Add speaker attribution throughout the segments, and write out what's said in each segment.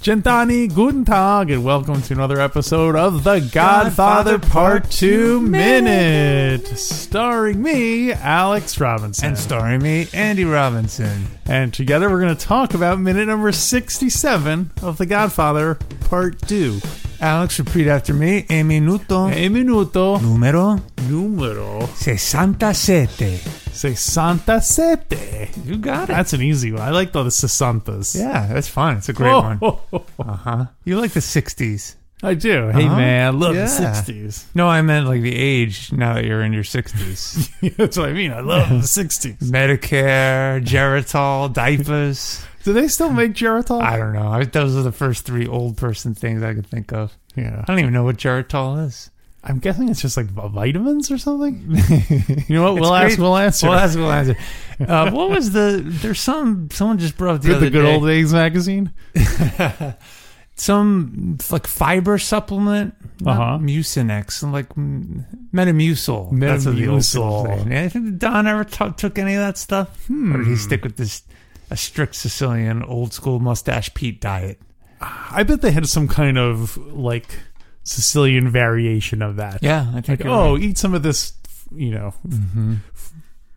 Speaker 1: Gentani, guten tag, and welcome to another episode of The Godfather, Part 2 Minute, starring me, Alex Robinson.
Speaker 2: And starring me, Andy Robinson.
Speaker 1: And together we're going to talk about minute number 67 of The Godfather, Part 2.
Speaker 2: Alex, repeat after me. E minuto
Speaker 1: E minuto
Speaker 2: numero
Speaker 1: numero
Speaker 2: 67.
Speaker 1: 67.
Speaker 2: You got
Speaker 1: That's an easy one. I like the sesantas.
Speaker 2: yeah, that's fun. It's a
Speaker 1: Oh.
Speaker 2: great one. Uh huh. You like the 60s.
Speaker 1: I do. Hey,
Speaker 2: Uh-huh.
Speaker 1: man, I love
Speaker 2: Yeah.
Speaker 1: the 60s.
Speaker 2: No, I meant like the age now that you're in your 60s.
Speaker 1: That's what I mean. I love the 60s.
Speaker 2: Medicare, Geritol, diapers.
Speaker 1: Do they still make Geritol?
Speaker 2: I don't know. I, those are the first three old person things I could think of.
Speaker 1: yeah.
Speaker 2: I don't even know what Geritol is.
Speaker 1: I'm guessing it's just like v- vitamins or something. You know what?
Speaker 2: It's
Speaker 1: We'll ask.
Speaker 2: great.
Speaker 1: We'll answer.
Speaker 2: Well, that's a good answer. Uh, what was the? There's some. Someone just brought up the
Speaker 1: Good,
Speaker 2: other
Speaker 1: the good
Speaker 2: day,
Speaker 1: old days magazine.
Speaker 2: some like fiber supplement, not
Speaker 1: Uh-huh.
Speaker 2: Mucinex, some, like mm, Metamucil. That's what the old people
Speaker 1: Metamucil. Hmm.
Speaker 2: say. Yeah, I think Don ever t- took any of that stuff, or did he stick with this a strict Sicilian old school mustache Pete diet?
Speaker 1: I bet they had some kind of like Sicilian variation of that.
Speaker 2: Yeah, I think.
Speaker 1: Like, oh, eat some of this, you know,
Speaker 2: mm-hmm.
Speaker 1: Mm-hmm.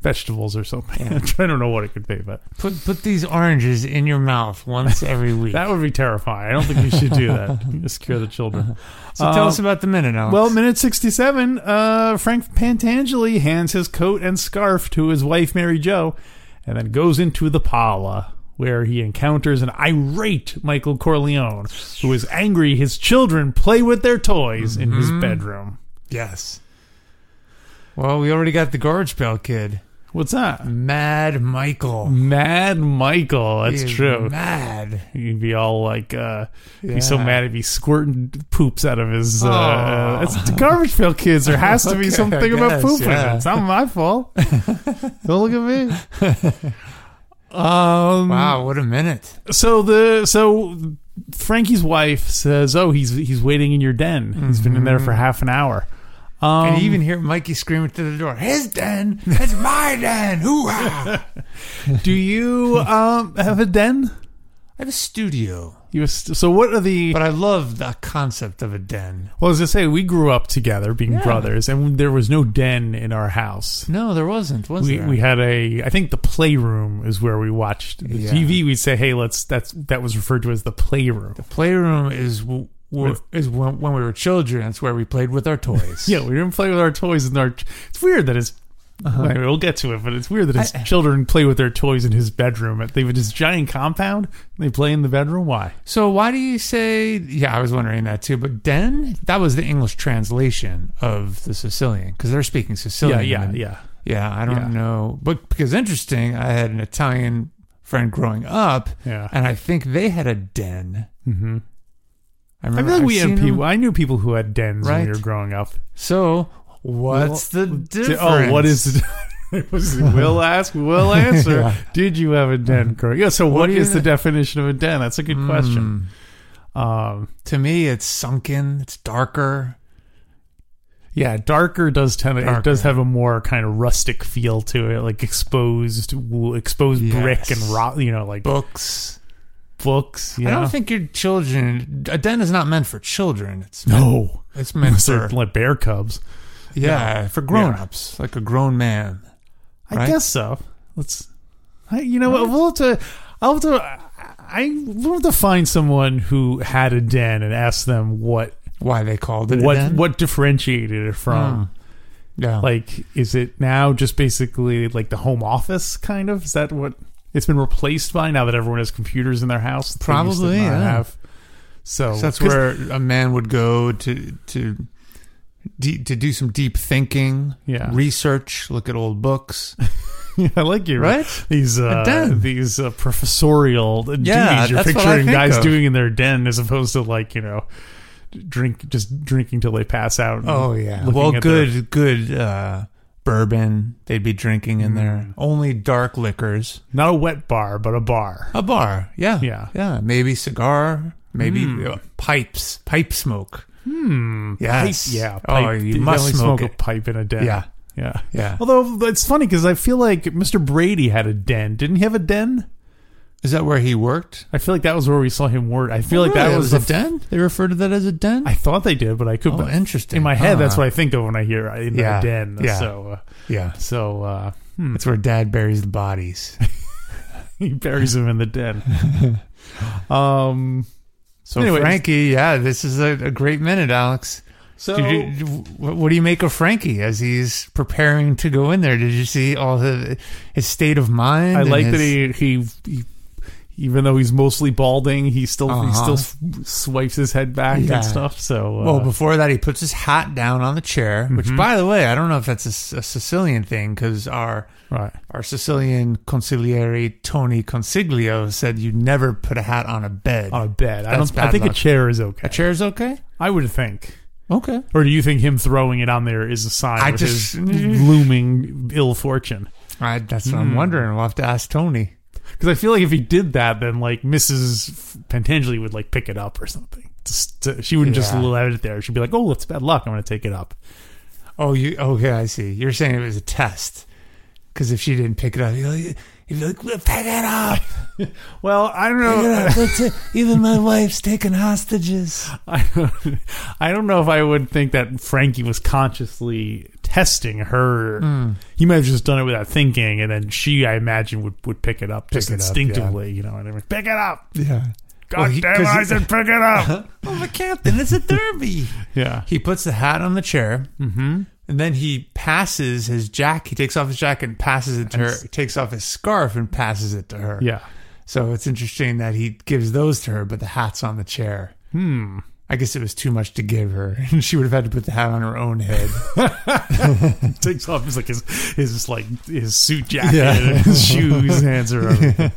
Speaker 1: vegetables or something. I don't know what it could be, but
Speaker 2: put put these oranges in your mouth once every week.
Speaker 1: that would be terrifying. I don't think you should do that. You Scare the children.
Speaker 2: so tell
Speaker 1: Uh,
Speaker 2: us about the minute, Alex.
Speaker 1: Well, minute 67, uh, Frank Pantangeli hands his coat and scarf to his wife, Mary Jo, and then goes into the Pala, where he encounters an irate Michael Corleone, who is angry his children play with their toys in his bedroom.
Speaker 2: yes. Well, we already got the garbage pail kid.
Speaker 1: What's that?
Speaker 2: Mad Michael.
Speaker 1: Mad Michael. That's
Speaker 2: He is
Speaker 1: true.
Speaker 2: Mad.
Speaker 1: He'd be all like, uh, he's so
Speaker 2: Yeah.
Speaker 1: mad if he's squirting poops out of his. Uh,
Speaker 2: Aw.
Speaker 1: it's the garbage pail kids. There has to be
Speaker 2: Okay,
Speaker 1: something
Speaker 2: I
Speaker 1: about
Speaker 2: guess,
Speaker 1: pooping.
Speaker 2: yeah.
Speaker 1: It's not my fault. Don't look at me. Um.
Speaker 2: Wow, what a minute.
Speaker 1: So the so Frankie's wife says, "Oh, he's he's waiting in your den. He's been in there for half an hour." Um,
Speaker 2: and you even hear Mikey screaming to the door, his den, it's my den, hoo ha.
Speaker 1: do you um have a den?
Speaker 2: I have a studio.
Speaker 1: You was- so what are the?
Speaker 2: But I love the concept of a den.
Speaker 1: Well, I was gonna say we grew up together, being brothers, and there was no den in our house.
Speaker 2: No, there wasn't, was
Speaker 1: we,
Speaker 2: there?
Speaker 1: we had a I think the playroom is where we watched the
Speaker 2: Yeah.
Speaker 1: TV. We'd say, "Hey, let's." That's that was referred to as the playroom.
Speaker 2: Playroom is w- w- is when, when we were children. It's where we played with our toys.
Speaker 1: Yeah, we didn't play with our toys in our. It's weird that it's.
Speaker 2: Uh-huh.
Speaker 1: Anyway, we'll get to it, but it's weird that his children play with their toys in his bedroom. They have this giant compound. And they play in the bedroom. Why?
Speaker 2: So why do you say? Yeah, I was wondering that too. But den, that was the English translation of the Sicilian because they're speaking
Speaker 1: yeah,
Speaker 2: Sicilian.
Speaker 1: yeah,
Speaker 2: in-
Speaker 1: yeah.
Speaker 2: Yeah, I don't
Speaker 1: Yeah.
Speaker 2: know. But because interesting, I had an Italian friend growing up,
Speaker 1: Yeah.
Speaker 2: and I think they had a den. Mm-hmm. I
Speaker 1: I
Speaker 2: remember
Speaker 1: feel like we
Speaker 2: I've
Speaker 1: had
Speaker 2: seen
Speaker 1: people.
Speaker 2: them.
Speaker 1: I knew people who had dens when
Speaker 2: Right.
Speaker 1: we were growing up.
Speaker 2: So what's the
Speaker 1: Di-
Speaker 2: difference?
Speaker 1: Oh, what is? the- It was we'll ask, we'll answer. Did you have a
Speaker 2: Uh-huh.
Speaker 1: den, Kurt? Yeah. So, what
Speaker 2: do you
Speaker 1: is the
Speaker 2: th-
Speaker 1: definition of a den? That's a good question.
Speaker 2: Hmm.
Speaker 1: Um,
Speaker 2: to me? It's sunken. It's darker.
Speaker 1: Yeah, darker does tend it does
Speaker 2: Darker.
Speaker 1: have a more kind of rustic feel to it, like exposed wo- exposed brick and
Speaker 2: Yes.
Speaker 1: rock, you know, like
Speaker 2: Books.
Speaker 1: books. Yeah,
Speaker 2: I don't think your children. A den is not meant for children. It's
Speaker 1: no,
Speaker 2: It's meant
Speaker 1: they're
Speaker 2: for
Speaker 1: like bear cubs.
Speaker 2: yeah, for grown-ups, like a grown man.
Speaker 1: I
Speaker 2: Right?
Speaker 1: guess so. Let's, I, you know, what we'll have to, I'll have to, I we'll have to find someone who had a den and ask them what
Speaker 2: Why they called it a
Speaker 1: what
Speaker 2: den? Hmm.
Speaker 1: what differentiated it from.
Speaker 2: Yeah,
Speaker 1: Like, is it now just basically like the home office kind of? Is that what it's been replaced by now that everyone has computers in their house? that they used to
Speaker 2: Probably,
Speaker 1: not
Speaker 2: yeah.
Speaker 1: So,
Speaker 2: So that's
Speaker 1: 'cause-
Speaker 2: where a man would go to to de- to do some deep thinking,
Speaker 1: Yeah.
Speaker 2: research, look at old books.
Speaker 1: I like your
Speaker 2: Right?
Speaker 1: These uh,
Speaker 2: den.
Speaker 1: these uh, professorial duties
Speaker 2: Yeah,
Speaker 1: you're
Speaker 2: that's what I
Speaker 1: picturing
Speaker 2: think
Speaker 1: guys
Speaker 2: of.
Speaker 1: doing in their den as opposed to like you know drink just drinking till they pass out. and looking
Speaker 2: Oh, well,
Speaker 1: at their-
Speaker 2: good good uh, bourbon they'd be drinking in
Speaker 1: Mm.
Speaker 2: there. Only dark liquors.
Speaker 1: Not a wet bar, but a bar.
Speaker 2: A bar. Yeah.
Speaker 1: Yeah. Mm.
Speaker 2: Yeah. Maybe cigar. Maybe uh, pipes. Pipe smoke. Hmm. Yes.
Speaker 1: Yeah.
Speaker 2: oh,
Speaker 1: pipe.
Speaker 2: you
Speaker 1: can
Speaker 2: must
Speaker 1: only Oh.
Speaker 2: smoke,
Speaker 1: a
Speaker 2: it.
Speaker 1: pipe in a den.
Speaker 2: Yeah.
Speaker 1: Yeah.
Speaker 2: Yeah.
Speaker 1: Although it's funny because I feel like Mr. Brady had a den. Didn't he have a den?
Speaker 2: Is that where he worked?
Speaker 1: I feel like that was where we saw him work. I feel like that
Speaker 2: Oh, Really?
Speaker 1: was,
Speaker 2: a
Speaker 1: the f-
Speaker 2: den. They refer to that as a den.
Speaker 1: I thought they did, but I could.
Speaker 2: oh,
Speaker 1: not
Speaker 2: interesting.
Speaker 1: In my head, that's
Speaker 2: Huh.
Speaker 1: what I think of when I hear uh, in
Speaker 2: Yeah.
Speaker 1: a den.
Speaker 2: Yeah.
Speaker 1: So, uh,
Speaker 2: Yeah,
Speaker 1: so uh, hmm,
Speaker 2: that's where Dad buries the bodies.
Speaker 1: he buries him in the den. um.
Speaker 2: So
Speaker 1: Anyways.
Speaker 2: Frankie, yeah, this is a, a great minute, Alex.
Speaker 1: So
Speaker 2: Did you, wh- what do you make of Frankie as he's preparing to go in there? Did you see all the, his state of mind?
Speaker 1: I
Speaker 2: and
Speaker 1: like that
Speaker 2: his-
Speaker 1: he, he he even though he's mostly balding, he still he
Speaker 2: Uh-huh.
Speaker 1: still s- swipes his head back
Speaker 2: Yeah.
Speaker 1: and stuff. So uh,
Speaker 2: Well, before that, he puts his hat down on the chair. Which, by the way, I don't know if that's a, S- a Sicilian thing because our
Speaker 1: right.
Speaker 2: our Sicilian consigliere Tony Consiglio said you never put a hat on a bed.
Speaker 1: on a bed. I
Speaker 2: That's
Speaker 1: don't. I
Speaker 2: bad
Speaker 1: think a
Speaker 2: luck.
Speaker 1: chair is
Speaker 2: a
Speaker 1: okay.
Speaker 2: chair's okay.
Speaker 1: I would think.
Speaker 2: Okay.
Speaker 1: Or do you think him throwing it on there is a sign
Speaker 2: I
Speaker 1: of
Speaker 2: just-
Speaker 1: his looming ill fortune?
Speaker 2: I, that's what I'm wondering. We'll have to ask Tony.
Speaker 1: Because I feel like if he did that, then like Mrs. Pentangeli would like pick it up or something. Just to- she wouldn't just
Speaker 2: Yeah.
Speaker 1: let it there. She'd be like, "Oh, it's bad luck. I'm going to take it up."
Speaker 2: Oh, you okay? I see. You're saying it was a test because if she didn't pick it up, you'd be like, you'd be like "Well, pick it up.
Speaker 1: Well, I don't
Speaker 2: Pick it
Speaker 1: know.
Speaker 2: up. That's it. Even my wife's taking hostages.
Speaker 1: I don't, I don't know if I would think that Frankie was consciously testing her. He might have just done it without thinking, and then she, I imagine, would, would pick it up just
Speaker 2: Pick it up,
Speaker 1: instinctively. You know, and they were, pick it up.
Speaker 2: Yeah.
Speaker 1: God damn, I said pick it up.
Speaker 2: Oh, my captain, it's a derby.
Speaker 1: yeah.
Speaker 2: he puts the hat on the chair, mm-hmm. and then he passes his jacket. He takes off his jacket and passes it to her. He takes off his scarf and passes it to her.
Speaker 1: Yeah.
Speaker 2: So it's interesting that he gives those to her, but the hat's on the chair. Hmm. I guess it was too much to give her, and she would have had to put the hat on her own head.
Speaker 1: Takes off his like his his like his suit jacket
Speaker 2: Yeah.
Speaker 1: and his shoes, hands her everything.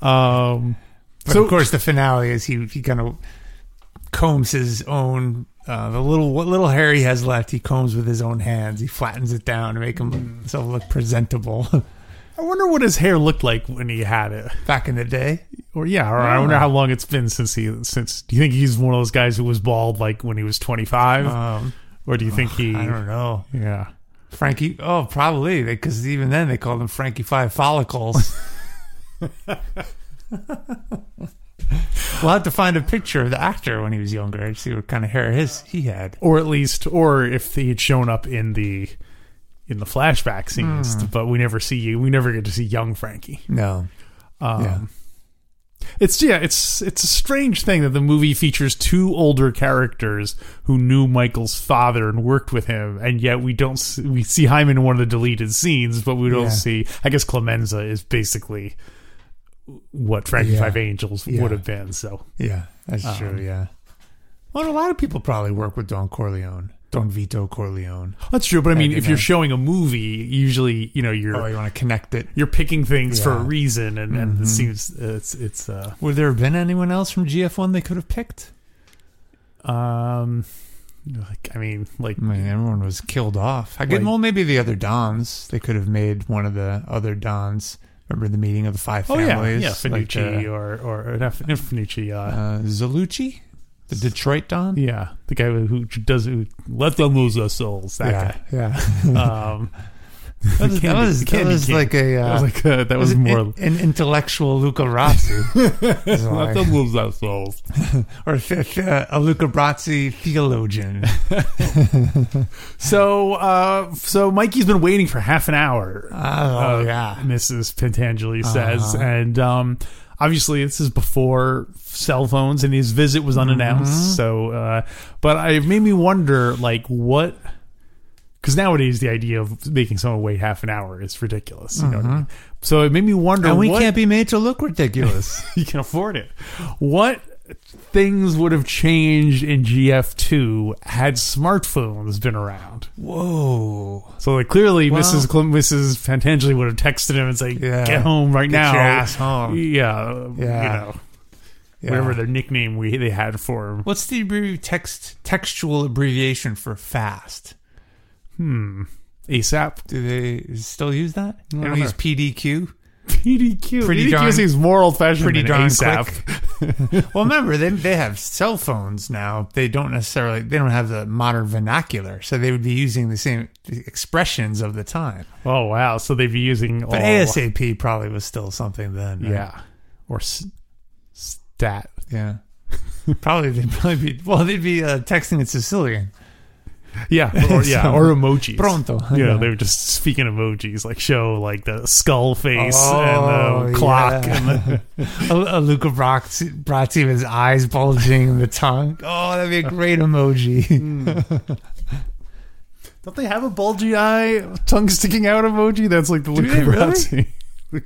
Speaker 1: Um
Speaker 2: But
Speaker 1: So-
Speaker 2: of course, the finale is he he kind of combs his own uh, the little what little hair he has left. He combs with his own hands. He flattens it down to make himself look presentable.
Speaker 1: I wonder what his hair looked like when he had it.
Speaker 2: Back in the day,
Speaker 1: Or yeah, or I wonder how long it's been since he since do you think he's one of those guys who was bald like when he was twenty five?
Speaker 2: um,
Speaker 1: Or do you think he?
Speaker 2: I don't know
Speaker 1: Yeah.
Speaker 2: Frankie. Oh, probably because even then they called him Frankie Five Follicles. we'll have to find a picture of the actor when he was younger and see what kind of hair his he had.
Speaker 1: Or at least, or if he had shown up in the in the flashback scenes,
Speaker 2: Hmm.
Speaker 1: but we never see you. We never get to see young Frankie.
Speaker 2: No,
Speaker 1: Um,
Speaker 2: Yeah.
Speaker 1: It's yeah, it's it's a strange thing that the movie features two older characters who knew Michael's father and worked with him, and yet we don't s- we see Hyman in one of the deleted scenes, but we don't
Speaker 2: Yeah.
Speaker 1: see. I guess Clemenza is basically what Frankie
Speaker 2: Yeah.
Speaker 1: Five Angels
Speaker 2: Yeah.
Speaker 1: would have been. So
Speaker 2: Yeah, that's
Speaker 1: Um,
Speaker 2: true. Yeah. Well, a lot of people probably work with Don Corleone, Don Vito Corleone.
Speaker 1: that's true. But I mean,
Speaker 2: you
Speaker 1: if
Speaker 2: know.
Speaker 1: you're showing a movie, usually you know you're
Speaker 2: Oh, you want to connect it?
Speaker 1: you're picking things for a
Speaker 2: Yeah. Mm-hmm.
Speaker 1: reason, and, and it seems it's it's uh,
Speaker 2: Would there have been anyone else from GF1 they could have picked?
Speaker 1: um, like I mean, like
Speaker 2: I mean, everyone was killed off. I get
Speaker 1: Like-
Speaker 2: well, maybe the other Dons. They could have made one of the other Dons. Remember the meeting of the five
Speaker 1: Oh
Speaker 2: families?
Speaker 1: yeah, yeah,
Speaker 2: like uh,
Speaker 1: Finucci
Speaker 2: the,
Speaker 1: or or not Fin- not Finucci. Uh,
Speaker 2: uh, Zalucci, the Detroit Don.
Speaker 1: yeah, the guy who who does who let them lose their souls. That
Speaker 2: yeah.
Speaker 1: guy. Um,
Speaker 2: that was, that
Speaker 1: Candy-
Speaker 2: was, that
Speaker 1: Candy
Speaker 2: was
Speaker 1: King.
Speaker 2: like a uh,
Speaker 1: that was like uh, that was
Speaker 2: an-
Speaker 1: more.
Speaker 2: an intellectual Luca Rossi. It was like-
Speaker 1: lose their souls.
Speaker 2: or th- th- a Luca Brazzi theologian.
Speaker 1: So, uh, so Mikey's been waiting for half an hour.
Speaker 2: Oh,
Speaker 1: uh,
Speaker 2: yeah.
Speaker 1: Mrs. Pentangeli says, and um, obviously this is before cell phones, and his visit was unannounced. So, uh, but I- it made me wonder, like, what? Because nowadays the idea of making someone wait half an hour is ridiculous. You know what I mean? So it made me wonder.
Speaker 2: And we
Speaker 1: what,
Speaker 2: can't be made to look ridiculous.
Speaker 1: you can afford it. What things would have changed in GF2 had smartphones been around?
Speaker 2: Whoa.
Speaker 1: So like clearly
Speaker 2: Wow.
Speaker 1: Mrs. Clem- Mrs. Fantangeli would have texted him and say,
Speaker 2: Yeah.
Speaker 1: "Get home right
Speaker 2: Get
Speaker 1: now,
Speaker 2: your ass home.
Speaker 1: Yeah,
Speaker 2: Yeah.
Speaker 1: you know, whatever their nickname we they had for him.
Speaker 2: What's the abbrevi- text textual abbreviation for fast?
Speaker 1: ASAP.
Speaker 2: Do they still use that? They
Speaker 1: I
Speaker 2: don't
Speaker 1: don't
Speaker 2: use PDQ.
Speaker 1: PDQ.
Speaker 2: Pretty
Speaker 1: PDQ
Speaker 2: darn-
Speaker 1: seems more old fashioned
Speaker 2: pretty
Speaker 1: than
Speaker 2: darn
Speaker 1: ASAP.
Speaker 2: Well, remember they they have cell phones now. They don't necessarily they don't have the modern vernacular, so they would be using the same expressions of the time.
Speaker 1: Oh wow! So they'd be using
Speaker 2: But
Speaker 1: all-
Speaker 2: ASAP probably was still something then. right?
Speaker 1: Oh. yeah, or s- stat.
Speaker 2: yeah. probably they'd probably be well they'd be uh, texting in Sicilian.
Speaker 1: Yeah, or, yeah,
Speaker 2: So-
Speaker 1: or emojis.
Speaker 2: Pronto.
Speaker 1: You know, they were just speaking emojis, like show like the skull face
Speaker 2: Oh,
Speaker 1: and the clock.
Speaker 2: yeah.
Speaker 1: And the,
Speaker 2: a, a Luca Brats, Brazzi with his eyes bulging and the tongue. Oh, that'd be a great emoji.
Speaker 1: don't they have a bulgy eye, tongue sticking out emoji? That's like the
Speaker 2: they really?
Speaker 1: Lucarazzi.
Speaker 2: Do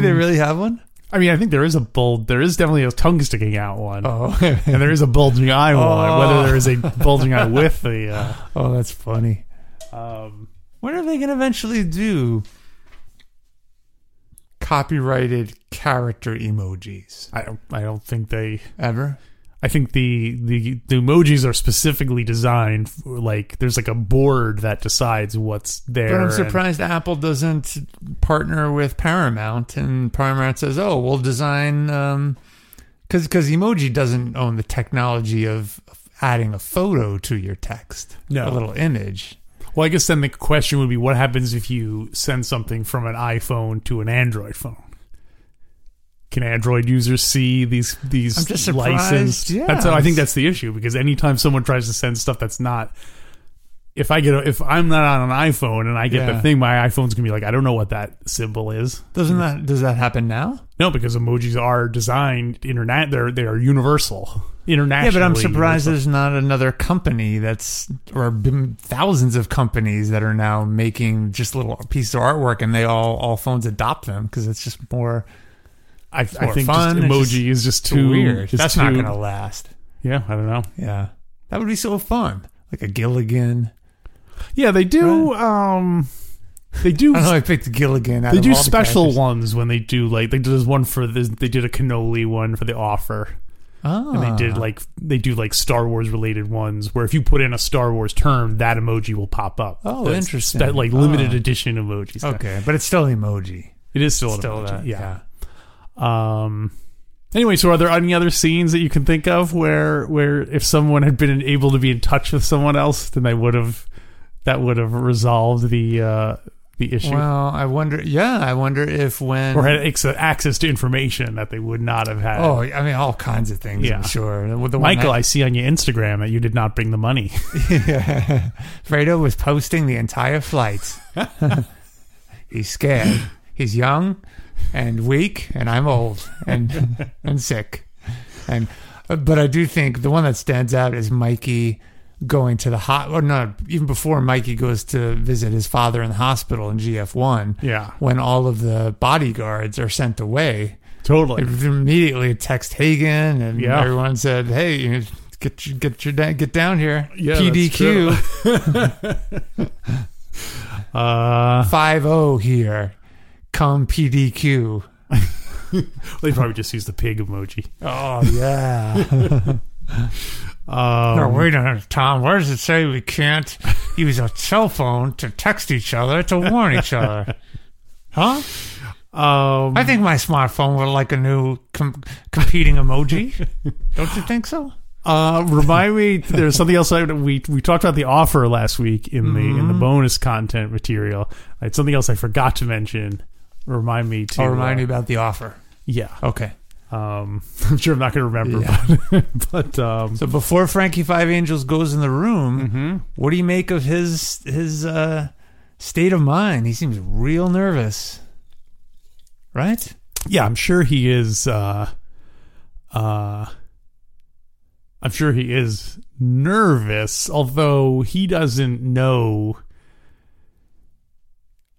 Speaker 2: they
Speaker 1: um,
Speaker 2: really have one?
Speaker 1: I mean, I think there is a bulge. There is definitely a tongue sticking out one,
Speaker 2: Oh,
Speaker 1: and there is a bulging eye one.
Speaker 2: Oh.
Speaker 1: Whether there is a bulging eye with the
Speaker 2: oh, that's funny.
Speaker 1: uh, um,
Speaker 2: What are they gonna eventually do? Copyrighted character emojis
Speaker 1: I don't, I don't think they.
Speaker 2: ever?
Speaker 1: I think the, the the emojis are specifically designed for like there's like a board that decides what's there.
Speaker 2: But I'm
Speaker 1: and-
Speaker 2: surprised Apple doesn't partner with Paramount, and Paramount says, "Oh, we'll design," because because emoji doesn't own the technology of adding a photo to your text,
Speaker 1: No.
Speaker 2: a little image.
Speaker 1: well, I guess then the question would be what happens if you send something from an iPhone to an Android phone? Can Android users see these these
Speaker 2: I'm just surprised,
Speaker 1: licensed?
Speaker 2: yeah.
Speaker 1: That's I think that's the issue because anytime someone tries to send stuff that's not if I get a, if I'm not on an iPhone and I get the
Speaker 2: Yeah.
Speaker 1: thing, my iPhone's gonna be like, I don't know what that symbol is.
Speaker 2: Doesn't that does that happen now?
Speaker 1: No, because emojis are designed internet. They're they are universal, international.
Speaker 2: Yeah, but I'm surprised there's not another company that's or been thousands of companies that are now making just little pieces of artwork, and they all all phones adopt them because it's just more
Speaker 1: I, I
Speaker 2: more
Speaker 1: think
Speaker 2: fun,
Speaker 1: just
Speaker 2: it's
Speaker 1: emoji is just too
Speaker 2: weird.
Speaker 1: is
Speaker 2: That's not
Speaker 1: too-
Speaker 2: gonna last.
Speaker 1: Yeah, I don't know.
Speaker 2: Yeah. That would be so fun. Like a Gilligan.
Speaker 1: Yeah, they do. Um, they do.
Speaker 2: I don't know. I picked Gilligan. Out
Speaker 1: they
Speaker 2: of
Speaker 1: do
Speaker 2: all the
Speaker 1: special
Speaker 2: characters.
Speaker 1: ones when they do like they did one for the, they did a cannoli one for the offer
Speaker 2: Ah.
Speaker 1: and they did like they do like Star Wars related ones where if you put in a Star Wars term that emoji will pop up.
Speaker 2: Oh,
Speaker 1: That's-
Speaker 2: interesting.
Speaker 1: That like limited
Speaker 2: Ah.
Speaker 1: edition emojis.
Speaker 2: Okay, but it's still emoji.
Speaker 1: it is uh, still an
Speaker 2: Still
Speaker 1: emoji.
Speaker 2: that.
Speaker 1: yeah. Um. Anyway, so are there any other scenes that you can think of where where if someone had been able to be in touch with someone else, then they would have that would have resolved the uh, the issue
Speaker 2: Well, I wonder. Yeah, I wonder if when.
Speaker 1: or had ex- access to information that they would not have had.
Speaker 2: oh, I mean, all kinds of things.
Speaker 1: Yeah.
Speaker 2: I'm sure. The one
Speaker 1: Michael,
Speaker 2: I-
Speaker 1: I see on your Instagram that you did not bring the money.
Speaker 2: yeah. Fredo was posting the entire flight. He's scared. He's young and weak, and I'm old and and sick. And uh, but I do think the one that stands out is Mikey going to the hot or no, even before Mikey goes to visit his father in the hospital in GF1
Speaker 1: yeah,
Speaker 2: when all of the bodyguards are sent away
Speaker 1: totally.
Speaker 2: immediately text Hagen and
Speaker 1: Yeah.
Speaker 2: everyone said, "Hey, you know, get your, get your da- get down here."
Speaker 1: Yeah, that's
Speaker 2: PDQ
Speaker 1: Uh,
Speaker 2: 50 here. Come PDQ.
Speaker 1: they probably just used the pig emoji.
Speaker 2: Oh yeah.
Speaker 1: Um,
Speaker 2: no, wait a minute, Tom. Where does it say we can't use a cell phone to text each other to warn each other? Huh?
Speaker 1: um,
Speaker 2: I think my smartphone would like a new com- competing emoji. Don't you think so?
Speaker 1: Uh, remind me, there's something else I, we we talked about the offer last week in the in
Speaker 2: Mm-hmm.
Speaker 1: the bonus content material. It's something else I forgot to mention. Remind me to
Speaker 2: I'll Oh, remind
Speaker 1: uh,
Speaker 2: you about the offer.
Speaker 1: Yeah,
Speaker 2: Okay.
Speaker 1: um, I'm sure I'm not going to remember, but but um,
Speaker 2: So hmm? before Frankie Five Angels goes in the room, what do you make of his his uh, state of mind? He seems real nervous, right?
Speaker 1: yeah, I'm sure he is. Uh, uh, I'm sure he is nervous, although he doesn't know.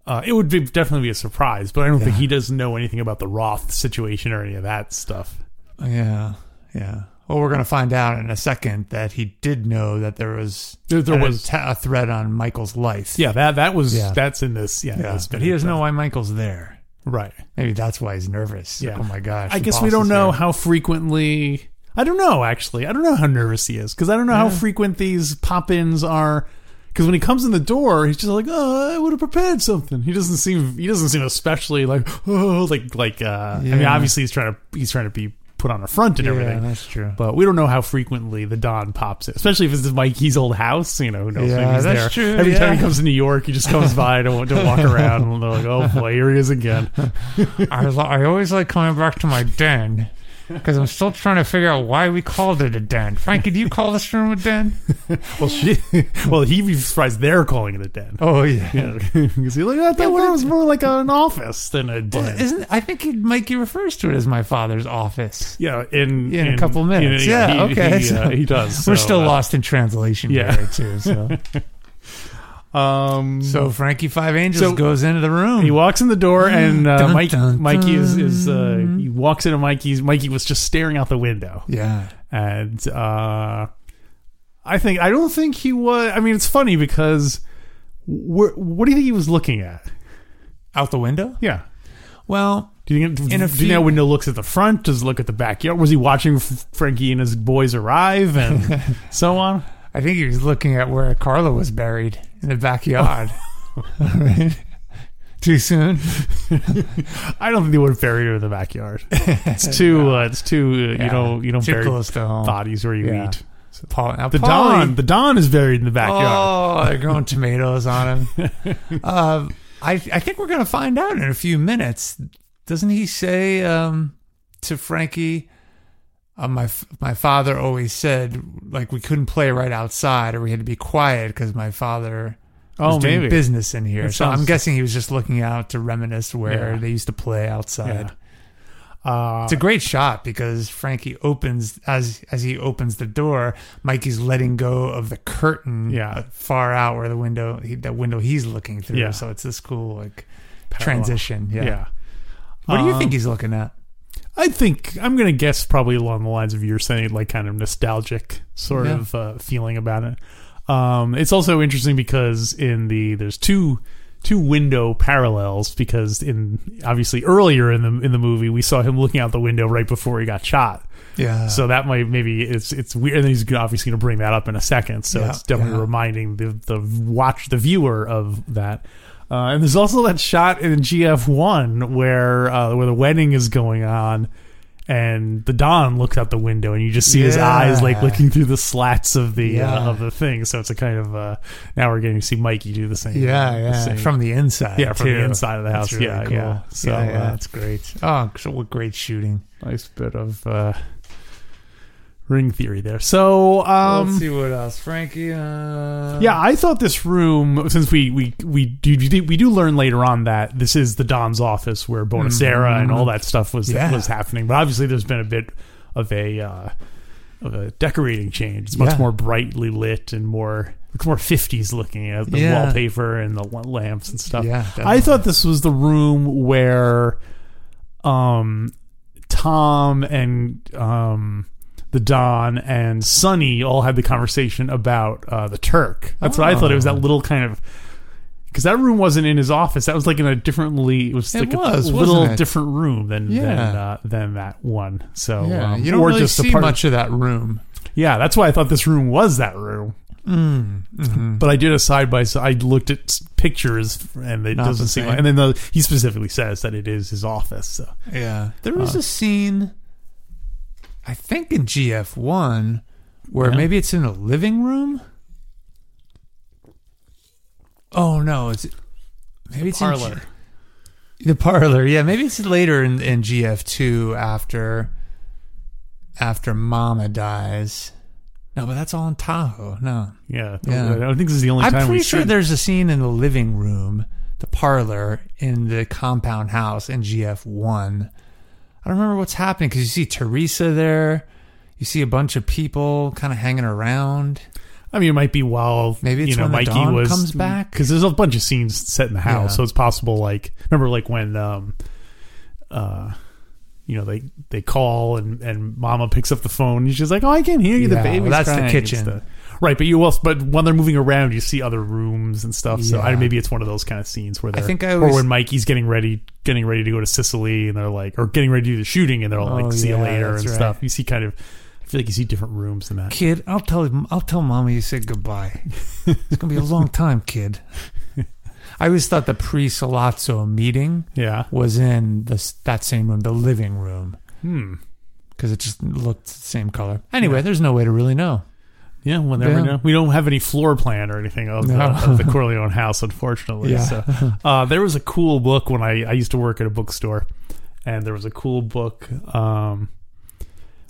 Speaker 1: Uh, it would be definitely be a surprise, but I don't think
Speaker 2: Yeah.
Speaker 1: he doesn't know anything about the Roth situation or any of that stuff.
Speaker 2: Yeah, yeah. Well, we're gonna find out in a second that he did know that there was
Speaker 1: There, there
Speaker 2: a-
Speaker 1: was,
Speaker 2: a, threat on Michael's life.
Speaker 1: yeah, that that was
Speaker 2: Yeah.
Speaker 1: that's in this, yeah,
Speaker 2: yeah.
Speaker 1: this
Speaker 2: But he
Speaker 1: bit.
Speaker 2: doesn't know why Michael's there.
Speaker 1: right.
Speaker 2: Maybe that's why he's nervous.
Speaker 1: Yeah.
Speaker 2: Oh my gosh.
Speaker 1: I
Speaker 2: the
Speaker 1: guess we
Speaker 2: boss
Speaker 1: don't
Speaker 2: is
Speaker 1: know
Speaker 2: here.
Speaker 1: how frequently. I don't know actually. I don't know how nervous he is because I don't know how frequent these pop-ins are. Because when he comes in the door, he's just like, "Oh, I would have prepared something." He doesn't seem he doesn't seem especially like oh like like uh, I mean
Speaker 2: Yeah.
Speaker 1: obviously he's trying to he's trying to be put on a front and
Speaker 2: Yeah,
Speaker 1: everything.
Speaker 2: that's true.
Speaker 1: But we don't know how frequently the Don pops in, especially if it's Mikey's old house. You know, who knows?
Speaker 2: Yeah,
Speaker 1: maybe he's
Speaker 2: that's
Speaker 1: there.
Speaker 2: true,
Speaker 1: Every time
Speaker 2: yeah.
Speaker 1: he comes to New York, he just comes by. Don't don't walk around. And they're like, "Oh boy, here he is again."
Speaker 2: I, lo- I always like coming back to my den because I'm still trying to figure out why we called it a den. Frankie, do you call this room a den?
Speaker 1: Well, she, well, he'd be surprised they're calling it a den.
Speaker 2: Oh yeah.
Speaker 1: Yeah, because he's like, I thought it was more like an office than a den.
Speaker 2: Isn't I think he, Mikey refers to it as my father's office.
Speaker 1: yeah, in,
Speaker 2: Yeah, in a couple minutes. Yeah,
Speaker 1: he,
Speaker 2: okay,
Speaker 1: He, uh,
Speaker 2: so-
Speaker 1: he does.
Speaker 2: We're
Speaker 1: so,
Speaker 2: still
Speaker 1: uh,
Speaker 2: lost in translation
Speaker 1: yeah.
Speaker 2: here too. So,
Speaker 1: Um,
Speaker 2: so Frankie Five Angels
Speaker 1: So-
Speaker 2: goes into the room.
Speaker 1: he walks in the door, and uh,
Speaker 2: Mm. Dun,
Speaker 1: Mike,
Speaker 2: dun,
Speaker 1: Mikey is is uh,
Speaker 2: dun.
Speaker 1: he walks into Mikey's. Mikey was just staring out the window,
Speaker 2: yeah.
Speaker 1: and uh, I think I don't think he was. I mean, it's funny because wh- what do you think he was looking at?
Speaker 2: Out the window?
Speaker 1: Yeah.
Speaker 2: Well,
Speaker 1: Do you think
Speaker 2: In a
Speaker 1: do you
Speaker 2: few-
Speaker 1: know window looks at the front? Does it look at the backyard? Was he watching F- Frankie and his boys arrive and so on?
Speaker 2: I think he was looking at where Carla was buried in the backyard. Right? Too soon?
Speaker 1: I don't think they would have buried her in the backyard. It's too. Uh, it's too. Uh,
Speaker 2: Yeah.
Speaker 1: You know. You don't
Speaker 2: Too
Speaker 1: bury
Speaker 2: close to home.
Speaker 1: bodies where you
Speaker 2: Yeah.
Speaker 1: eat.
Speaker 2: Paul, now
Speaker 1: The
Speaker 2: Polly-
Speaker 1: Don. The Don is buried in the backyard.
Speaker 2: Oh, they're growing tomatoes on him. uh, I, I think we're going to find out in a few minutes. Doesn't he say um, to Frankie, uh, my f- my father always said like we couldn't play right outside or we had to be quiet because my father was
Speaker 1: Oh,
Speaker 2: doing
Speaker 1: maybe.
Speaker 2: business in here.
Speaker 1: That
Speaker 2: so I'm
Speaker 1: sounds-
Speaker 2: guessing he was just looking out to reminisce where
Speaker 1: Yeah.
Speaker 2: they used to play outside.
Speaker 1: Yeah. Uh,
Speaker 2: It's a great shot because Frankie opens as as he opens the door, Mikey's letting go of the curtain
Speaker 1: Yeah.
Speaker 2: far out where the window he, that window he's looking through.
Speaker 1: Yeah.
Speaker 2: So it's this cool like
Speaker 1: Parallel.
Speaker 2: transition. Yeah.
Speaker 1: yeah.
Speaker 2: What do you
Speaker 1: Um,
Speaker 2: think he's looking at?
Speaker 1: I think I'm gonna guess probably along the lines of you're saying like kind of nostalgic sort
Speaker 2: Yeah.
Speaker 1: of uh, feeling about it. Um, it's also interesting because in the there's two two window parallels because in obviously earlier in the in the movie we saw him looking out the window right before he got shot.
Speaker 2: Yeah.
Speaker 1: So that might maybe it's it's weird. And he's obviously going to bring that up in a second. So
Speaker 2: Yeah,
Speaker 1: it's definitely
Speaker 2: yeah.
Speaker 1: reminding the the watch the viewer of that. Uh, and there's also that shot in GF one where uh, where the wedding is going on, and the Don looks out the window, and you just see his
Speaker 2: Yeah.
Speaker 1: eyes like looking through the slats of the
Speaker 2: Yeah.
Speaker 1: uh, of the thing. So it's a kind of uh, now we're getting to see Mikey do the same.
Speaker 2: yeah,
Speaker 1: the
Speaker 2: yeah.
Speaker 1: same-
Speaker 2: From the inside.
Speaker 1: yeah, from
Speaker 2: too.
Speaker 1: the inside of the
Speaker 2: That's
Speaker 1: house.
Speaker 2: really
Speaker 1: yeah,
Speaker 2: cool.
Speaker 1: yeah. So
Speaker 2: yeah, yeah,
Speaker 1: uh,
Speaker 2: that's great. Oh, so what great shooting.
Speaker 1: nice bit of uh, ring theory there. So um,
Speaker 2: Let's see what else. Frankie uh
Speaker 1: Yeah, I thought this room since we we we do we do learn later on that this is the Don's office where Bonacera and all that stuff was
Speaker 2: Mm-hmm, Yeah.
Speaker 1: was happening. But obviously, there's been a bit of a uh, of a decorating change. It's much
Speaker 2: Yeah.
Speaker 1: more brightly lit and more it's more 50s looking at the
Speaker 2: Yeah.
Speaker 1: wallpaper and the l- lamps and stuff.
Speaker 2: Yeah,
Speaker 1: I thought this was the room where um Tom and um the Don and Sonny all had the conversation about uh, the Turk. That's what I thought. It
Speaker 2: Ah.
Speaker 1: was that little kind of because that room wasn't in his office. That was like in a differently. It was
Speaker 2: It
Speaker 1: like
Speaker 2: was,
Speaker 1: a
Speaker 2: wasn't
Speaker 1: little
Speaker 2: it?
Speaker 1: different room than than,
Speaker 2: Yeah.
Speaker 1: uh, than that one. So
Speaker 2: yeah,
Speaker 1: um,
Speaker 2: you don't
Speaker 1: or
Speaker 2: really
Speaker 1: just a
Speaker 2: see
Speaker 1: part-
Speaker 2: much of that room.
Speaker 1: Yeah, that's why I thought this room was that room.
Speaker 2: Mm-hmm.
Speaker 1: But I did a side by side. I looked at s- pictures, and it
Speaker 2: Not
Speaker 1: doesn't
Speaker 2: the
Speaker 1: seem.
Speaker 2: same.
Speaker 1: like... And then the, he specifically says that it is his office. So
Speaker 2: Yeah. There was a
Speaker 1: Uh.
Speaker 2: scene, I think in GF1, where
Speaker 1: Yeah.
Speaker 2: maybe it's in a living room. Oh, no. It's, maybe it's In
Speaker 1: Parlor.
Speaker 2: G- the parlor. Yeah. Maybe it's later in, in GF2 after after Mama dies. No, but that's all in Tahoe. No.
Speaker 1: yeah,
Speaker 2: Yeah.
Speaker 1: I don't think this is the only time
Speaker 2: I'm
Speaker 1: we
Speaker 2: pretty sure
Speaker 1: see-
Speaker 2: there's a scene in the living room, the parlor in the compound house in GF1. I don't remember what's happening because you see Teresa there. You see a bunch of people kind of hanging around.
Speaker 1: I mean, it might be while
Speaker 2: Maybe it's
Speaker 1: you know
Speaker 2: when the
Speaker 1: Mikey
Speaker 2: dawn
Speaker 1: was
Speaker 2: comes back.
Speaker 1: because there's a bunch of scenes set in the house,
Speaker 2: Yeah.
Speaker 1: so it's possible. Like remember, like when um, uh, you know they they call and and Mama picks up the phone and she's like, "Oh, I can't hear you.
Speaker 2: Yeah,
Speaker 1: the
Speaker 2: well,
Speaker 1: baby's
Speaker 2: that's the
Speaker 1: crying and
Speaker 2: kitchen.
Speaker 1: stuff. Right, but you also, but when they're moving around, you see other rooms and stuff. So I,
Speaker 2: Yeah.
Speaker 1: maybe it's one of those kind of scenes where they're,
Speaker 2: think I
Speaker 1: or
Speaker 2: always-
Speaker 1: when Mikey's getting ready, getting ready to go to Sicily, and they're like, or getting ready to do the shooting, and they're all
Speaker 2: Oh,
Speaker 1: like, "See
Speaker 2: yeah,
Speaker 1: you later"
Speaker 2: that's
Speaker 1: and
Speaker 2: right.
Speaker 1: stuff. You see kind of I feel like you see different rooms than that.
Speaker 2: Kid, I'll tell I'll tell Mama you said goodbye. It's gonna be a long time, kid. I always thought the pre Salazzo meeting
Speaker 1: Yeah.
Speaker 2: was in the, s- that same room, the living room,
Speaker 1: Hmm.
Speaker 2: because it just looked the same color. Anyway, there's no way to really know.
Speaker 1: Yeah, we'll never
Speaker 2: Yeah.
Speaker 1: know. We don't have any floor plan or anything of,
Speaker 2: No.
Speaker 1: the, of the Corleone house, unfortunately.
Speaker 2: Yeah.
Speaker 1: So, uh, there was a cool book when I, I used to work at a bookstore, and there was a cool book um,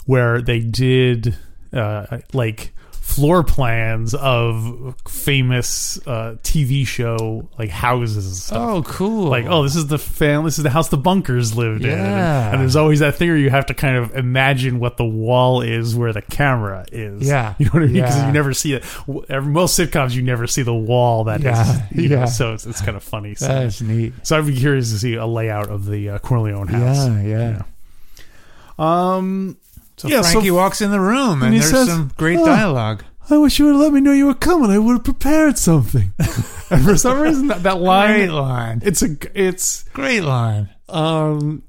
Speaker 1: where they did uh, like floor plans of famous uh, TV show like houses and stuff.
Speaker 2: Oh, cool!
Speaker 1: Like, oh, this is the fam. This is the house the bunkers lived in,
Speaker 2: Yeah.
Speaker 1: and, there's always that thing where you have to kind of imagine what the wall is where the camera is.
Speaker 2: Yeah.
Speaker 1: you know what I mean? Because
Speaker 2: Yeah.
Speaker 1: you never see it. w- every- Most sitcoms, you never see the wall that is.
Speaker 2: Yeah.
Speaker 1: you know,
Speaker 2: Yeah.
Speaker 1: so it's, it's kind of funny. So,
Speaker 2: that's neat.
Speaker 1: so I'd be curious to see a layout of the uh, Corleone house.
Speaker 2: Yeah, yeah.
Speaker 1: Um,
Speaker 2: So
Speaker 1: Yeah, so-
Speaker 2: Frankie walks in the room, and,
Speaker 1: And he
Speaker 2: there's
Speaker 1: says,
Speaker 2: some great
Speaker 1: "Oh."
Speaker 2: dialogue.
Speaker 1: I wish you would have let me know you were coming. I would have prepared something. and for some reason, that, that
Speaker 2: Great
Speaker 1: line,
Speaker 2: line,
Speaker 1: it's a, it's.
Speaker 2: great line.
Speaker 1: Um,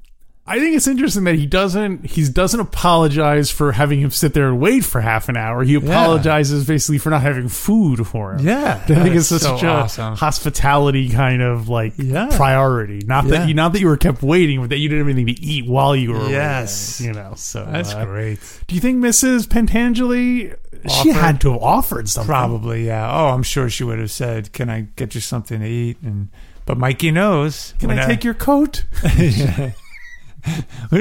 Speaker 1: I think it's interesting that he doesn't he doesn't apologize for having him sit there and wait for half an hour. He apologizes basically for not having food for him.
Speaker 2: Yeah,
Speaker 1: I think it's
Speaker 2: that's
Speaker 1: such
Speaker 2: so
Speaker 1: a
Speaker 2: awesome.
Speaker 1: hospitality kind of like
Speaker 2: Yeah.
Speaker 1: priority. Not
Speaker 2: Yeah.
Speaker 1: that you not that you were kept waiting, but that you didn't have anything to eat while you were
Speaker 2: Yes.
Speaker 1: waiting. You know, so
Speaker 2: That's
Speaker 1: uh,
Speaker 2: great.
Speaker 1: Do you think Mrs. Pentangeli she
Speaker 2: Offered?
Speaker 1: had to have offered something?
Speaker 2: Probably, yeah. Oh, I'm sure she would have said, "Can I get you something to eat?" And but Mikey knows. uh,
Speaker 1: Can I take your coat?
Speaker 2: your?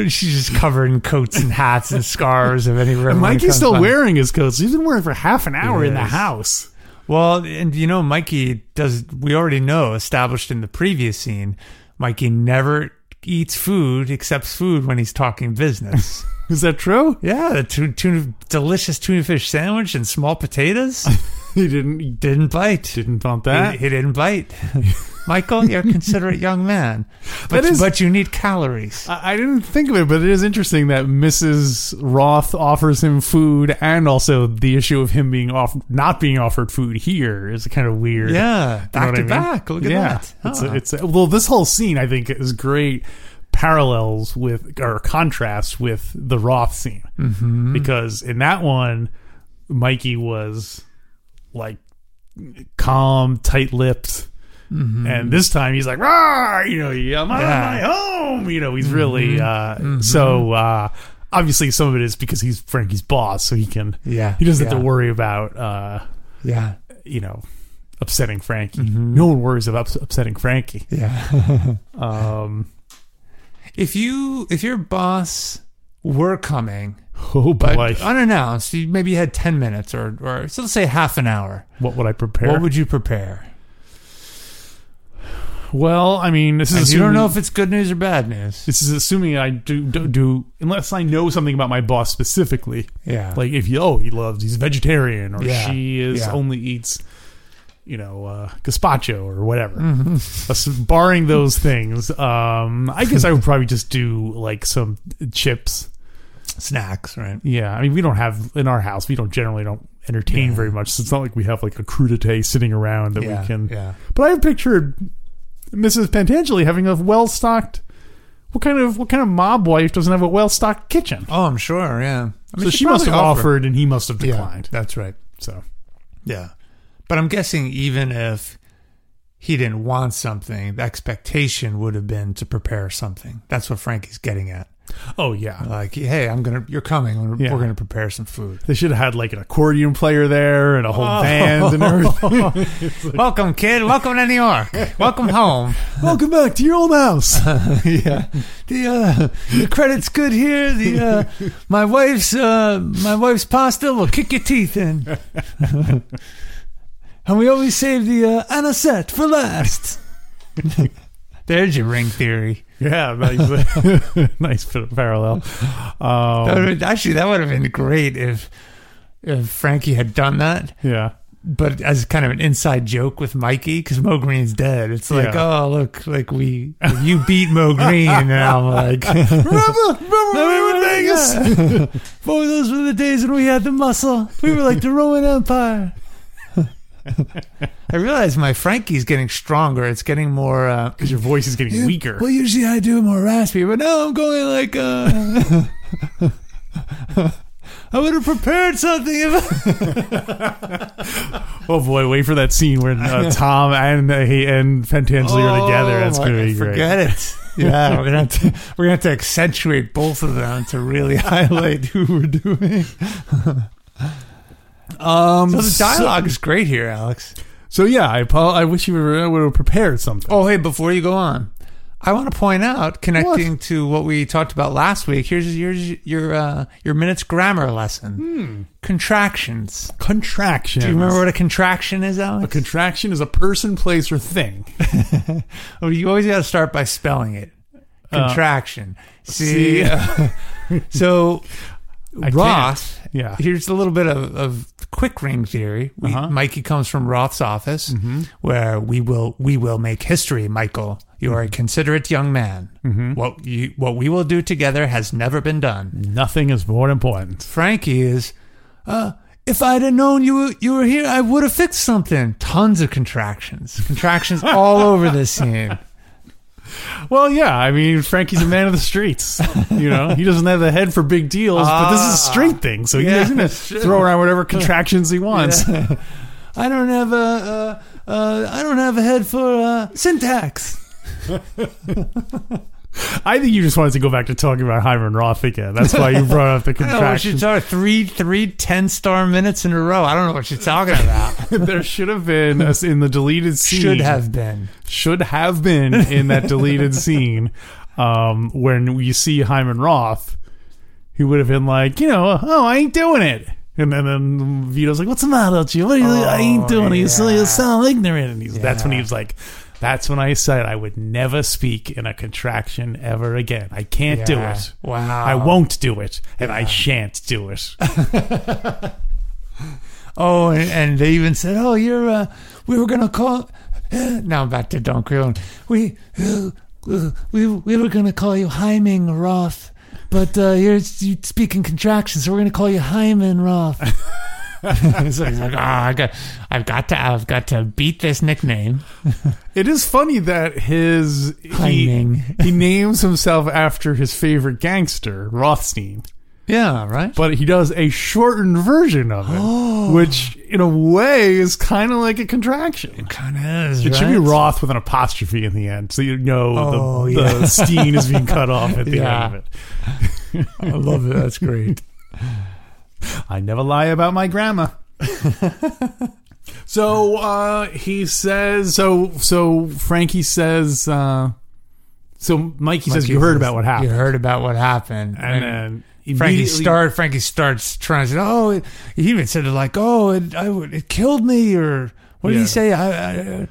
Speaker 2: She's just covered in coats and hats and scarves of any room.
Speaker 1: And
Speaker 2: when it
Speaker 1: Mikey's
Speaker 2: comes
Speaker 1: still
Speaker 2: by.
Speaker 1: wearing his coat. So he's been wearing it for half an hour in the
Speaker 2: Yes.
Speaker 1: house.
Speaker 2: Well, and you know, Mikey does. We already know, established in the previous scene, Mikey never eats food, accepts food when he's talking business.
Speaker 1: Is that true?
Speaker 2: yeah, the tuna, tuna, delicious tuna fish sandwich and small potatoes.
Speaker 1: He didn't he
Speaker 2: Didn't bite.
Speaker 1: didn't want
Speaker 2: He-
Speaker 1: that.
Speaker 2: he, didn't bite. Michael, you're a considerate young man, but
Speaker 1: That is-
Speaker 2: but you need calories.
Speaker 1: I I didn't think of it, but it is interesting that Mrs. Roth offers him food, and also the issue of him being off, not being offered food here is kind of weird.
Speaker 2: yeah,
Speaker 1: You know
Speaker 2: back
Speaker 1: what
Speaker 2: to
Speaker 1: I mean?
Speaker 2: back. Look at
Speaker 1: yeah.
Speaker 2: that. Ah. Uh-huh.
Speaker 1: It's,
Speaker 2: Huh.
Speaker 1: a, it's a, well, this whole scene I think is great parallels with or contrast with the Roth scene mm-hmm. because in that one, Mikey was like calm, tight-lipped. And this time he's like, Rah! you know, yeah, I'm out
Speaker 2: Mm-hmm. Yeah. Mm-hmm.
Speaker 1: of my home. You know, he's really uh, so. Uh, obviously, some of it is because he's Frankie's boss, so he can.
Speaker 2: yeah,
Speaker 1: He doesn't
Speaker 2: yeah,
Speaker 1: have to worry about uh,
Speaker 2: Yeah,
Speaker 1: you know upsetting Frankie. No one worries about ups- upsetting Frankie.
Speaker 2: yeah.
Speaker 1: Um,
Speaker 2: if you if your boss were coming,
Speaker 1: oh
Speaker 2: but
Speaker 1: boy,
Speaker 2: unannounced, you maybe you had ten minutes or or so let's say half an hour.
Speaker 1: what would I prepare?
Speaker 2: What would you prepare?
Speaker 1: well, I mean, this is
Speaker 2: And you
Speaker 1: assuming,
Speaker 2: don't know if it's good news or bad news.
Speaker 1: this is assuming I do, do do unless I know something about my boss specifically.
Speaker 2: Yeah,
Speaker 1: Like if you oh he loves he's vegetarian or
Speaker 2: Yeah,
Speaker 1: she is
Speaker 2: yeah.
Speaker 1: only eats you know uh, gazpacho or whatever. As- Barring those things, um, I guess I would probably just do like some chips.
Speaker 2: snacks, right?
Speaker 1: Yeah, I mean, we don't have in our house. We don't generally don't entertain
Speaker 2: Yeah.
Speaker 1: very much. So it's not like we have like a crudité sitting around that
Speaker 2: yeah,
Speaker 1: we can.
Speaker 2: yeah.
Speaker 1: But I pictured Mrs. Pentangeli having a well-stocked. What kind of what kind of mob wife doesn't have a well-stocked kitchen?
Speaker 2: Oh, I'm sure. Yeah, I mean,
Speaker 1: so she must have
Speaker 2: probably
Speaker 1: offered, and he must have
Speaker 2: Yeah,
Speaker 1: declined.
Speaker 2: that's right.
Speaker 1: So
Speaker 2: Yeah. But I'm guessing even if he didn't want something, the expectation would have been to prepare something. That's what Frankie's getting at.
Speaker 1: oh yeah,
Speaker 2: Like, hey, I'm gonna, you're coming. We're,
Speaker 1: Yeah.
Speaker 2: we're gonna prepare some food.
Speaker 1: they should have had like an accordion player there and a
Speaker 2: Oh.
Speaker 1: whole band and everything.
Speaker 2: Welcome, kid. Welcome to New York. Welcome home.
Speaker 1: Welcome back to your old house.
Speaker 2: yeah. The uh, the credit's good here. The uh, my wife's uh, my wife's pasta will kick your teeth in. and we always save the uh, anisette for last. There's your ring theory.
Speaker 1: yeah, nice, nice bit of parallel. Um,
Speaker 2: That would've- actually, that would have been great if if Frankie had done that,
Speaker 1: yeah.
Speaker 2: but as kind of an inside joke with Mikey, because Mo Green's dead. It's like,
Speaker 1: Yeah.
Speaker 2: oh look, like we you beat Mo Green, and I'm like,
Speaker 1: Remember, remember
Speaker 2: we were in Vegas? boy, those were the days when we had the muscle. We were like the Roman Empire. I realize my Frankie's getting stronger. It's getting more. Uh,
Speaker 1: Because your voice is getting weaker.
Speaker 2: Well, usually I do more raspy, but now I'm going like uh I would have prepared something if
Speaker 1: Oh boy, wait for that scene where uh, Tom and uh, he and Fantangeli are together. That's
Speaker 2: my-
Speaker 1: going to be great.
Speaker 2: Oh, Forget it. Yeah, we're gonna have to, we're gonna have to accentuate both of them to really highlight who we're doing.
Speaker 1: Um,
Speaker 2: So the dialogue is great here, Alex.
Speaker 1: So, yeah, I apo- I wish you were, would have prepared something.
Speaker 2: Oh, hey, before you go on, I want to point out connecting to what we talked about last week. Here's here's your uh, your minutes grammar lesson. Contractions.
Speaker 1: contraction.
Speaker 2: Do you remember what a contraction is, Alex?
Speaker 1: a contraction is a person, place, or thing.
Speaker 2: Oh, you always got to start by spelling it.
Speaker 1: Uh,
Speaker 2: Contraction. See, so
Speaker 1: I can't.
Speaker 2: Roth.
Speaker 1: Yeah.
Speaker 2: Here's a little bit of, of quick ring theory. We,
Speaker 1: Uh-huh. Mm-hmm.
Speaker 2: Mikey comes from Roth's office, where we will we will make history. Michael, you
Speaker 1: Mm-hmm.
Speaker 2: are a considerate young man. What you what we will do together has never been done.
Speaker 1: Nothing is more important.
Speaker 2: Frankie is, uh, if I'd have known you were- you were here, I would have fixed something. Tons of contractions, contractions all over this scene.
Speaker 1: Well, yeah, I mean, Frankie's a man of the streets. You know, he doesn't have the head for big deals, but this is a street thing, so
Speaker 2: Ah. Yeah,
Speaker 1: he's going to
Speaker 2: that's true.
Speaker 1: throw around whatever contractions he wants.
Speaker 2: I don't have a uh, uh, I don't have a head for uh, syntax.
Speaker 1: I think you just wanted to go back to talking about Hyman Roth again. That's why you brought up the
Speaker 2: I don't know what you're
Speaker 1: contractions.
Speaker 2: talking three three ten star minutes in a row. I don't know what you're talking about.
Speaker 1: there should have been a, in the deleted scene.
Speaker 2: Should have been.
Speaker 1: should have been in that deleted scene um, when you see Hyman Roth, he would have been like, you know, oh, I ain't doing it. And then, then Vito's like, what's the matter with you? What are you I ain't doing it. You sound, you
Speaker 2: Oh, yeah.
Speaker 1: sound ignorant. And he's, that's when he
Speaker 2: Yeah.
Speaker 1: was like, that's when I said I would never speak in a contraction ever again. I can't do
Speaker 2: Yeah.
Speaker 1: it.
Speaker 2: Wow.
Speaker 1: I won't do it. And I shan't do it.
Speaker 2: Oh, and, and they even said, "Oh, you're." Uh, we were gonna call. now I'm back to Don Corleone. We uh, uh, we we were gonna call you Hyman Roth, but uh, you're, you speak in contractions, so we're gonna call you Hyman Roth. so he's like, "Ah, I got, I've got to, I've got to beat this nickname."
Speaker 1: It is funny that his he,
Speaker 2: Hyman.
Speaker 1: he names himself after his favorite gangster, Rothstein.
Speaker 2: Yeah, right.
Speaker 1: but he does a shortened version of it, which in a way is kind of like a contraction.
Speaker 2: Kind of is.
Speaker 1: It should be Roth with an apostrophe in the end, so you know
Speaker 2: Oh,
Speaker 1: the,
Speaker 2: yeah.
Speaker 1: the steen is being cut off at the
Speaker 2: Yeah.
Speaker 1: end of it.
Speaker 2: I love it. That's great.
Speaker 1: I never lie about my grandma. so uh, he says. So so Frankie says. Uh, so Mikey says you heard about what happened,
Speaker 2: You heard about what happened,
Speaker 1: and then
Speaker 2: Frankie
Speaker 1: immediately-
Speaker 2: start Frankie starts trying to say, oh, it, he even said it like, oh, it, I, would- it killed me, or what did
Speaker 1: Yeah.
Speaker 2: he say? I, I,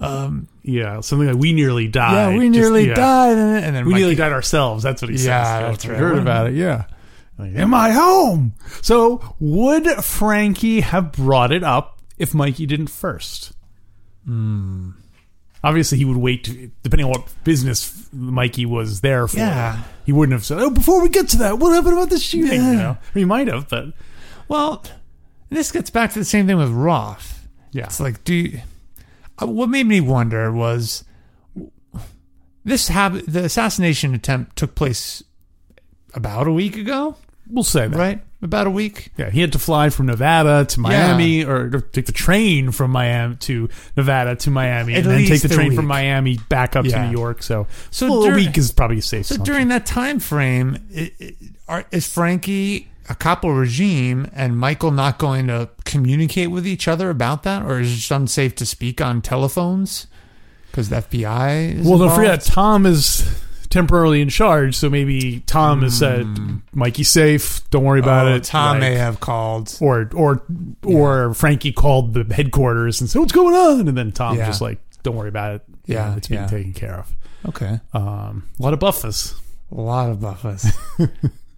Speaker 2: um,
Speaker 1: Yeah, something like we nearly died.
Speaker 2: yeah, we
Speaker 1: Just-
Speaker 2: nearly
Speaker 1: yeah.
Speaker 2: died, and, and then
Speaker 1: We
Speaker 2: Mike-
Speaker 1: nearly died ourselves. That's what he says.
Speaker 2: Yeah,
Speaker 1: That's
Speaker 2: that's
Speaker 1: what I
Speaker 2: right.
Speaker 1: Heard about it. Yeah. Like, Am I home? So would Frankie have brought it up if Mikey didn't first? Hmm. Obviously, he would wait. To, depending on what business Mikey was there for,
Speaker 2: Yeah.
Speaker 1: he wouldn't have said, "Oh, before we get to that, what happened about the shooting?"
Speaker 2: Yeah.
Speaker 1: You know, he might have, but
Speaker 2: Well, this gets back to the same thing with Roth.
Speaker 1: yeah,
Speaker 2: It's like, do you, uh, what made me wonder was this hab- the assassination attempt took place about a week ago,
Speaker 1: we'll say that.
Speaker 2: right? About a week.
Speaker 1: Yeah, he had to fly from Nevada to Miami, or to take the train from Miami to Nevada to Miami,
Speaker 2: At
Speaker 1: and then take
Speaker 2: least
Speaker 1: the
Speaker 2: a
Speaker 1: train
Speaker 2: week.
Speaker 1: from Miami back up
Speaker 2: Yeah.
Speaker 1: to New York. So,
Speaker 2: So
Speaker 1: well,
Speaker 2: dur-
Speaker 1: a week is probably a safe.
Speaker 2: So
Speaker 1: assumption.
Speaker 2: during that time frame, i- i- are- is Frankie a capo regime and Michael not going to communicate with each other about that, or is it just unsafe to speak on telephones because the FBI? Is
Speaker 1: well, don't
Speaker 2: involved?
Speaker 1: forget Tom is temporarily in charge, so maybe Tom has said, "Mikey's safe. Don't worry about
Speaker 2: Oh,
Speaker 1: it."
Speaker 2: Tom
Speaker 1: like-
Speaker 2: may have called.
Speaker 1: or or or Frankie called the headquarters and said, "What's going on?" And then Tom
Speaker 2: Yeah.
Speaker 1: just like, "Don't worry about it. You
Speaker 2: Yeah,
Speaker 1: know, it's being
Speaker 2: yeah.
Speaker 1: taken care of."
Speaker 2: Okay,
Speaker 1: Um, a lot of buffers.
Speaker 2: a lot of buffers.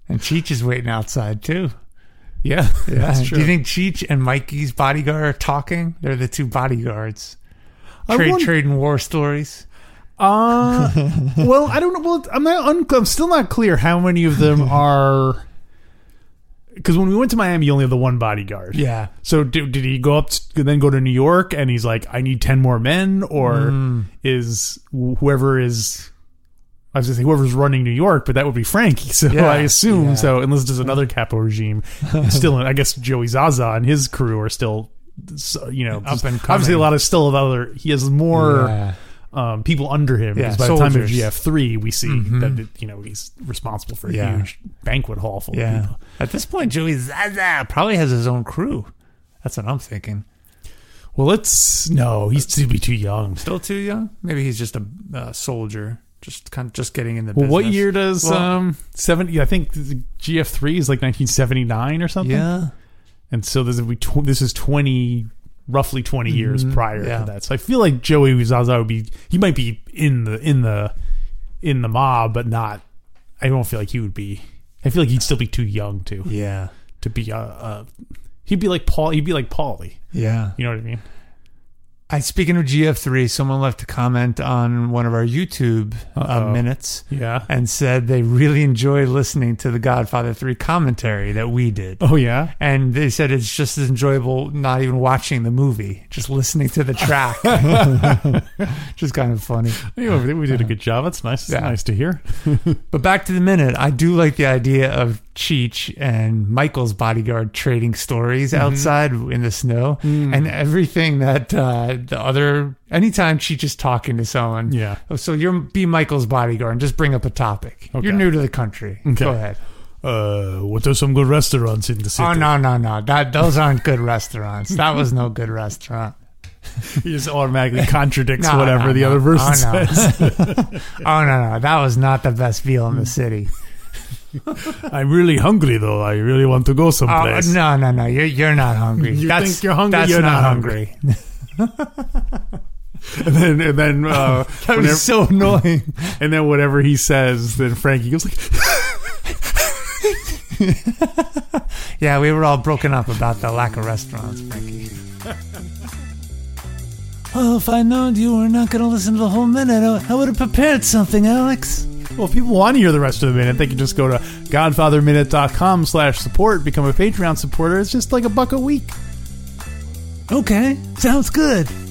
Speaker 2: and Cheech is waiting outside too.
Speaker 1: Yeah, that's true.
Speaker 2: Do you think Cheech and Mikey's bodyguard are talking? They're the two bodyguards.
Speaker 1: I
Speaker 2: Trade,
Speaker 1: wonder-
Speaker 2: trading war stories.
Speaker 1: Uh, well, I don't know. Well, I'm not. Un- I'm still not clear how many of them are. Because when we went to Miami, you only have the one bodyguard.
Speaker 2: Yeah.
Speaker 1: So did, did he go up to, then go to New York and
Speaker 2: Hmm.
Speaker 1: he's like, I need ten more men, or is whoever is. I was going to say whoever's running New York, but that would be Frankie. So
Speaker 2: Yeah,
Speaker 1: I assume
Speaker 2: yeah.
Speaker 1: so, unless there's another capo regime. still, I guess Joey Zaza and his crew are still, so, you know,
Speaker 2: Up and
Speaker 1: obviously a
Speaker 2: coming.
Speaker 1: lot of still of other. He has more
Speaker 2: Yeah.
Speaker 1: um, people under him.
Speaker 2: Yeah,
Speaker 1: because by the time of
Speaker 2: soldiers. Mm-hmm.
Speaker 1: GF three, we see that it, you know he's responsible for a
Speaker 2: Yeah.
Speaker 1: huge banquet hall full of
Speaker 2: Yeah.
Speaker 1: people.
Speaker 2: At this point, Joey Zaza probably has his own crew. That's what I'm thinking.
Speaker 1: Well, let's no, he's to be too young.
Speaker 2: Still too young? Maybe he's just a uh, soldier, just kind of just getting in the.
Speaker 1: Well, what
Speaker 2: business.
Speaker 1: year does
Speaker 2: Well-
Speaker 1: um seventy? I think the GF three is like nineteen seventy nine or something.
Speaker 2: Yeah.
Speaker 1: and so this would be tw- this is twenty, roughly twenty years prior
Speaker 2: Mm-hmm. yeah.
Speaker 1: to that. So I feel like Joey Zaza would be he might be in the in the in the mob, but not. I don't feel like he would be. I feel like he'd still be too young to
Speaker 2: Yeah.
Speaker 1: to be uh, uh He'd be like Paul. He'd be like Paulie.
Speaker 2: Yeah.
Speaker 1: You know what I mean?
Speaker 2: I speaking of GF3, someone left a comment on one of our YouTube uh,
Speaker 1: Uh-oh.
Speaker 2: minutes
Speaker 1: Yeah.
Speaker 2: and said they really enjoy listening to the Godfather 3 commentary that we did.
Speaker 1: Oh yeah.
Speaker 2: And they said it's just as enjoyable not even watching the movie, just listening to the track. just kind of funny.
Speaker 1: Anyway, we did a good job. That's nice. It's
Speaker 2: Yeah.
Speaker 1: nice to hear.
Speaker 2: But back to the minute, I do like the idea of Cheech and Michael's bodyguard trading stories
Speaker 1: Mm-hmm.
Speaker 2: outside in the snow
Speaker 1: Mm.
Speaker 2: and everything that uh, the other, anytime Cheech is talking to someone.
Speaker 1: Yeah.
Speaker 2: Oh, So you're be Michael's bodyguard and just bring up a topic.
Speaker 1: Okay.
Speaker 2: You're new to the country.
Speaker 1: Okay.
Speaker 2: Go ahead.
Speaker 1: Uh, what are some good restaurants in the city?
Speaker 2: Oh no no no! That those aren't good restaurants. That was no good restaurant.
Speaker 1: He just automatically contradicts
Speaker 2: No,
Speaker 1: whatever
Speaker 2: no,
Speaker 1: the
Speaker 2: no.
Speaker 1: other person
Speaker 2: Oh, no.
Speaker 1: says.
Speaker 2: Oh no no! That was not the best meal in the city.
Speaker 1: I'm really hungry though. I really want to go
Speaker 2: Oh
Speaker 1: someplace.
Speaker 2: no no no! You're you're not hungry.
Speaker 1: You
Speaker 2: that's,
Speaker 1: think you're hungry,
Speaker 2: That's
Speaker 1: you're
Speaker 2: not
Speaker 1: not
Speaker 2: hungry.
Speaker 1: And then, and then, uh,
Speaker 2: That
Speaker 1: whenever-
Speaker 2: was so annoying.
Speaker 1: and then whatever he says, then Frankie goes like,
Speaker 2: Yeah, we were all broken up about the lack of restaurants, Frankie. well, if I known you were not going to listen to the whole minute, I, I would have prepared something, Alex.
Speaker 1: "Well, if people want to hear the rest of the minute, they can just go to GodfatherMinute.com/support, become a Patreon supporter. It's just like a buck a week."
Speaker 2: Okay, sounds good.